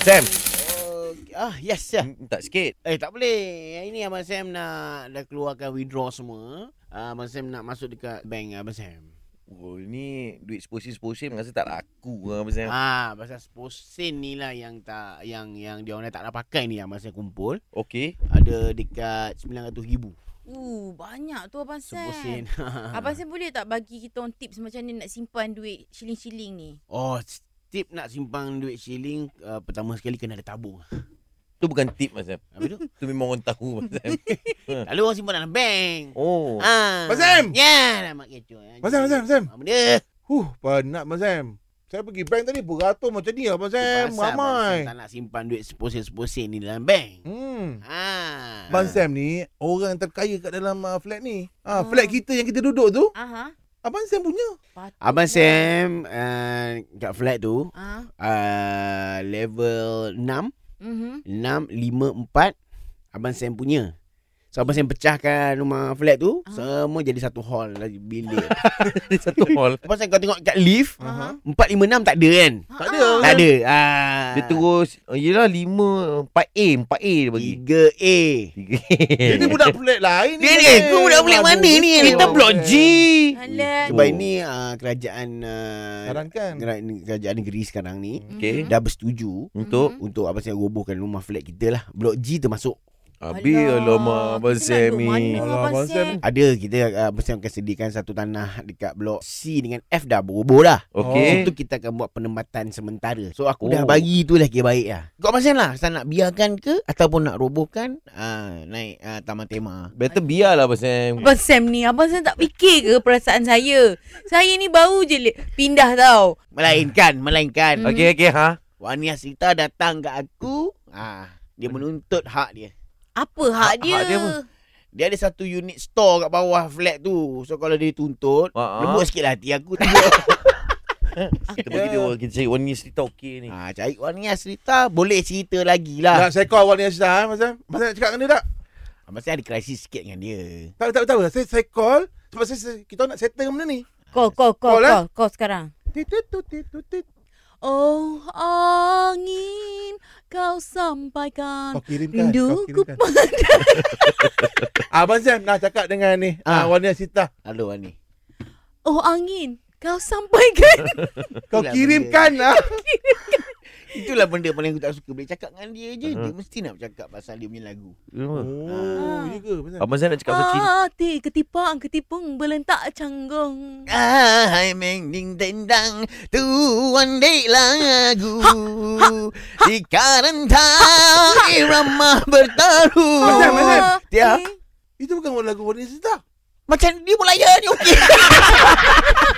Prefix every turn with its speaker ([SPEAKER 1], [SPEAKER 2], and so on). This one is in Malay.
[SPEAKER 1] Sam,
[SPEAKER 2] Oh, ah, yes, ya.
[SPEAKER 1] hmm, tak sikit.
[SPEAKER 2] Eh, tak boleh. Hari ni Abang Sam nak dah keluarkan withdraw semua. Ah, Abang Sam nak masuk dekat bank Abang Sam.
[SPEAKER 1] Oh, ni duit seposin-seposin rasa tak laku lah Abang
[SPEAKER 3] Ya.
[SPEAKER 1] Sam.
[SPEAKER 2] Ah, pasal 10 sen ni lah yang tak yang yang dia orang dah tak nak pakai ni yang Abang Sam kumpul.
[SPEAKER 1] Okey.
[SPEAKER 2] Ada dekat 900,000.
[SPEAKER 4] Uh, banyak tu Abang
[SPEAKER 2] 10
[SPEAKER 4] Sam.
[SPEAKER 2] sen.
[SPEAKER 1] lah.
[SPEAKER 4] Abang Sam boleh tak bagi kita orang tips macam mana nak simpan duit shilling-shilling ni?
[SPEAKER 2] Oh, tip nak simpan duit shilling uh, pertama sekali kena ada tabung. lah.
[SPEAKER 1] Tu bukan tip Abang Sam.
[SPEAKER 2] Habis tu?
[SPEAKER 1] Tu memang orang tahu Abang Sam.
[SPEAKER 2] tak boleh orang simpan dalam bank.
[SPEAKER 1] Oh.
[SPEAKER 2] Ah.
[SPEAKER 3] Abang Sam!
[SPEAKER 2] Ya, dah mak kecoh.
[SPEAKER 3] Abang Sam, Abang Sam, Sam.
[SPEAKER 2] Apa dia?
[SPEAKER 3] Huh, penat Abang Sam. Saya pergi bank tadi beratur macam ni Abang
[SPEAKER 2] Pasal
[SPEAKER 3] Sam.
[SPEAKER 2] Abang Sam
[SPEAKER 3] Ramai.
[SPEAKER 2] tak nak simpan duit seposen-seposen ni dalam bank.
[SPEAKER 3] Hmm.
[SPEAKER 2] Ah.
[SPEAKER 3] Abang Sam ni orang terkaya kat dalam uh, flat ni. Ah,
[SPEAKER 4] Ah.
[SPEAKER 3] flat kita yang kita duduk tu,
[SPEAKER 4] Aha.
[SPEAKER 3] Abang Sam punya.
[SPEAKER 4] Patut
[SPEAKER 2] Abang
[SPEAKER 4] lah.
[SPEAKER 2] Sam uh, kat flat tu
[SPEAKER 4] Ah.
[SPEAKER 2] uh, level 6,
[SPEAKER 4] Mhm.
[SPEAKER 2] 6 5 4 Abang Sam punya. So Abang Sam pecahkan rumah flat tu
[SPEAKER 4] Ah.
[SPEAKER 2] semua jadi satu hall lagi bilik.
[SPEAKER 1] Ada satu hall.
[SPEAKER 2] Pasal kau tengok kat lift
[SPEAKER 4] Aha.
[SPEAKER 2] 4 5 6 tak ada kan?
[SPEAKER 4] Ha,
[SPEAKER 3] Tak ada.
[SPEAKER 4] ah.
[SPEAKER 2] Tak ada. Ah.
[SPEAKER 1] Dia terus, oh, yelah lima, empat A, empat A dia bagi.
[SPEAKER 2] 3A.
[SPEAKER 1] Tiga.
[SPEAKER 3] Dia ni budak flat lain
[SPEAKER 2] Dia Eh, ni, kau budak boleh mana ni? Kita blok G.
[SPEAKER 4] Alah.
[SPEAKER 2] Sebab ini uh, kerajaan uh,
[SPEAKER 3] Sarankan.
[SPEAKER 2] kerajaan negeri sekarang ni
[SPEAKER 1] Okey.
[SPEAKER 4] Mhm.
[SPEAKER 2] dah bersetuju
[SPEAKER 1] Untuk
[SPEAKER 4] Mhm.
[SPEAKER 2] untuk abang saya robohkan rumah flat kita lah. Blok G termasuk.
[SPEAKER 1] Habis alamak Abang
[SPEAKER 4] kita nak
[SPEAKER 1] Sam
[SPEAKER 4] duduk
[SPEAKER 1] ni
[SPEAKER 4] mana,
[SPEAKER 3] Alamak,
[SPEAKER 4] Abang
[SPEAKER 3] Abang
[SPEAKER 4] Sam.
[SPEAKER 3] Sam.
[SPEAKER 2] Ada kita uh, abang saya akan sediakan satu tanah dekat blok C dengan F dah beroboh dah.
[SPEAKER 1] Okey
[SPEAKER 2] Itu kita akan buat penempatan sementara. So
[SPEAKER 1] Oh.
[SPEAKER 2] aku oh. dah bagi tu lah kira baik lah. Kau abang Sam lah, saya nak biarkan ke ataupun nak robohkan uh, naik uh, taman tema.
[SPEAKER 1] Better lah, biarlah Abang
[SPEAKER 2] Hmm.
[SPEAKER 1] Sam
[SPEAKER 4] Abang Sam ni Abang Sam tak fikir ke Perasaan saya Saya ni baru je le- Pindah tau
[SPEAKER 2] Melainkan, melainkan.
[SPEAKER 4] Mhm.
[SPEAKER 1] Okey okey ha
[SPEAKER 2] Wani Asrita datang kat aku. Ah, dia menuntut hak dia.
[SPEAKER 4] Apa hak
[SPEAKER 1] Hak-
[SPEAKER 4] dia
[SPEAKER 1] hak dia apa?
[SPEAKER 2] Dia ada satu unit store kat bawah flat tu. So kalau dia tuntut,
[SPEAKER 1] Ha-ha.
[SPEAKER 2] lembut sikit lah hati aku.
[SPEAKER 1] ha. Kita bagi dia orang Kita cari orang ni cerita okey
[SPEAKER 3] Eh.
[SPEAKER 1] ni
[SPEAKER 2] ha, cari Wani Asrita, boleh cerita lagi lah.
[SPEAKER 3] Nak saya call awal ni Aisyah, eh, Abang Sam. Abang Sam nak cakap dengan dia tak?
[SPEAKER 2] Abang saya ada krisis sikit dengan dia.
[SPEAKER 3] Tak tak tahu. Saya saya call sebab saya, saya kita nak settle benda ni.
[SPEAKER 4] Kau kau kau lah.
[SPEAKER 3] Call, eh?
[SPEAKER 4] kau kau sekarang
[SPEAKER 3] Titututututut.
[SPEAKER 4] Oh angin Kau sampaikan
[SPEAKER 1] Oh,
[SPEAKER 3] Kau kirimkan. Kau kan?
[SPEAKER 4] Rinduku
[SPEAKER 3] kirimkan.
[SPEAKER 4] pada
[SPEAKER 3] Abang Sam nak cakap dengan ni. Ah,
[SPEAKER 2] Ah.
[SPEAKER 3] Wania Sita.
[SPEAKER 2] Halo Wani.
[SPEAKER 4] Oh angin Kau sampaikan
[SPEAKER 3] Kau
[SPEAKER 2] Itulah
[SPEAKER 3] kirimkan lah.
[SPEAKER 2] Itulah benda paling aku tak suka. Boleh cakap dengan dia je. Dia
[SPEAKER 3] Uh-huh.
[SPEAKER 2] mesti nak bercakap pasal dia punya lagu. Ah.
[SPEAKER 3] Oh, ya ke? Abang Sam?
[SPEAKER 1] Abang Sam nak cakap pasal cinta
[SPEAKER 4] Hati Ah, ketipang ketipung Belentak canggung
[SPEAKER 2] Hai mending tendang tuan dek lagu
[SPEAKER 3] Ha!
[SPEAKER 2] Di karantau irama bertaruh
[SPEAKER 3] Macam, macam.
[SPEAKER 2] Tiap
[SPEAKER 4] eh,
[SPEAKER 3] Itu bukan lagu Wania Sita.
[SPEAKER 2] Macam dia Melayu ni okey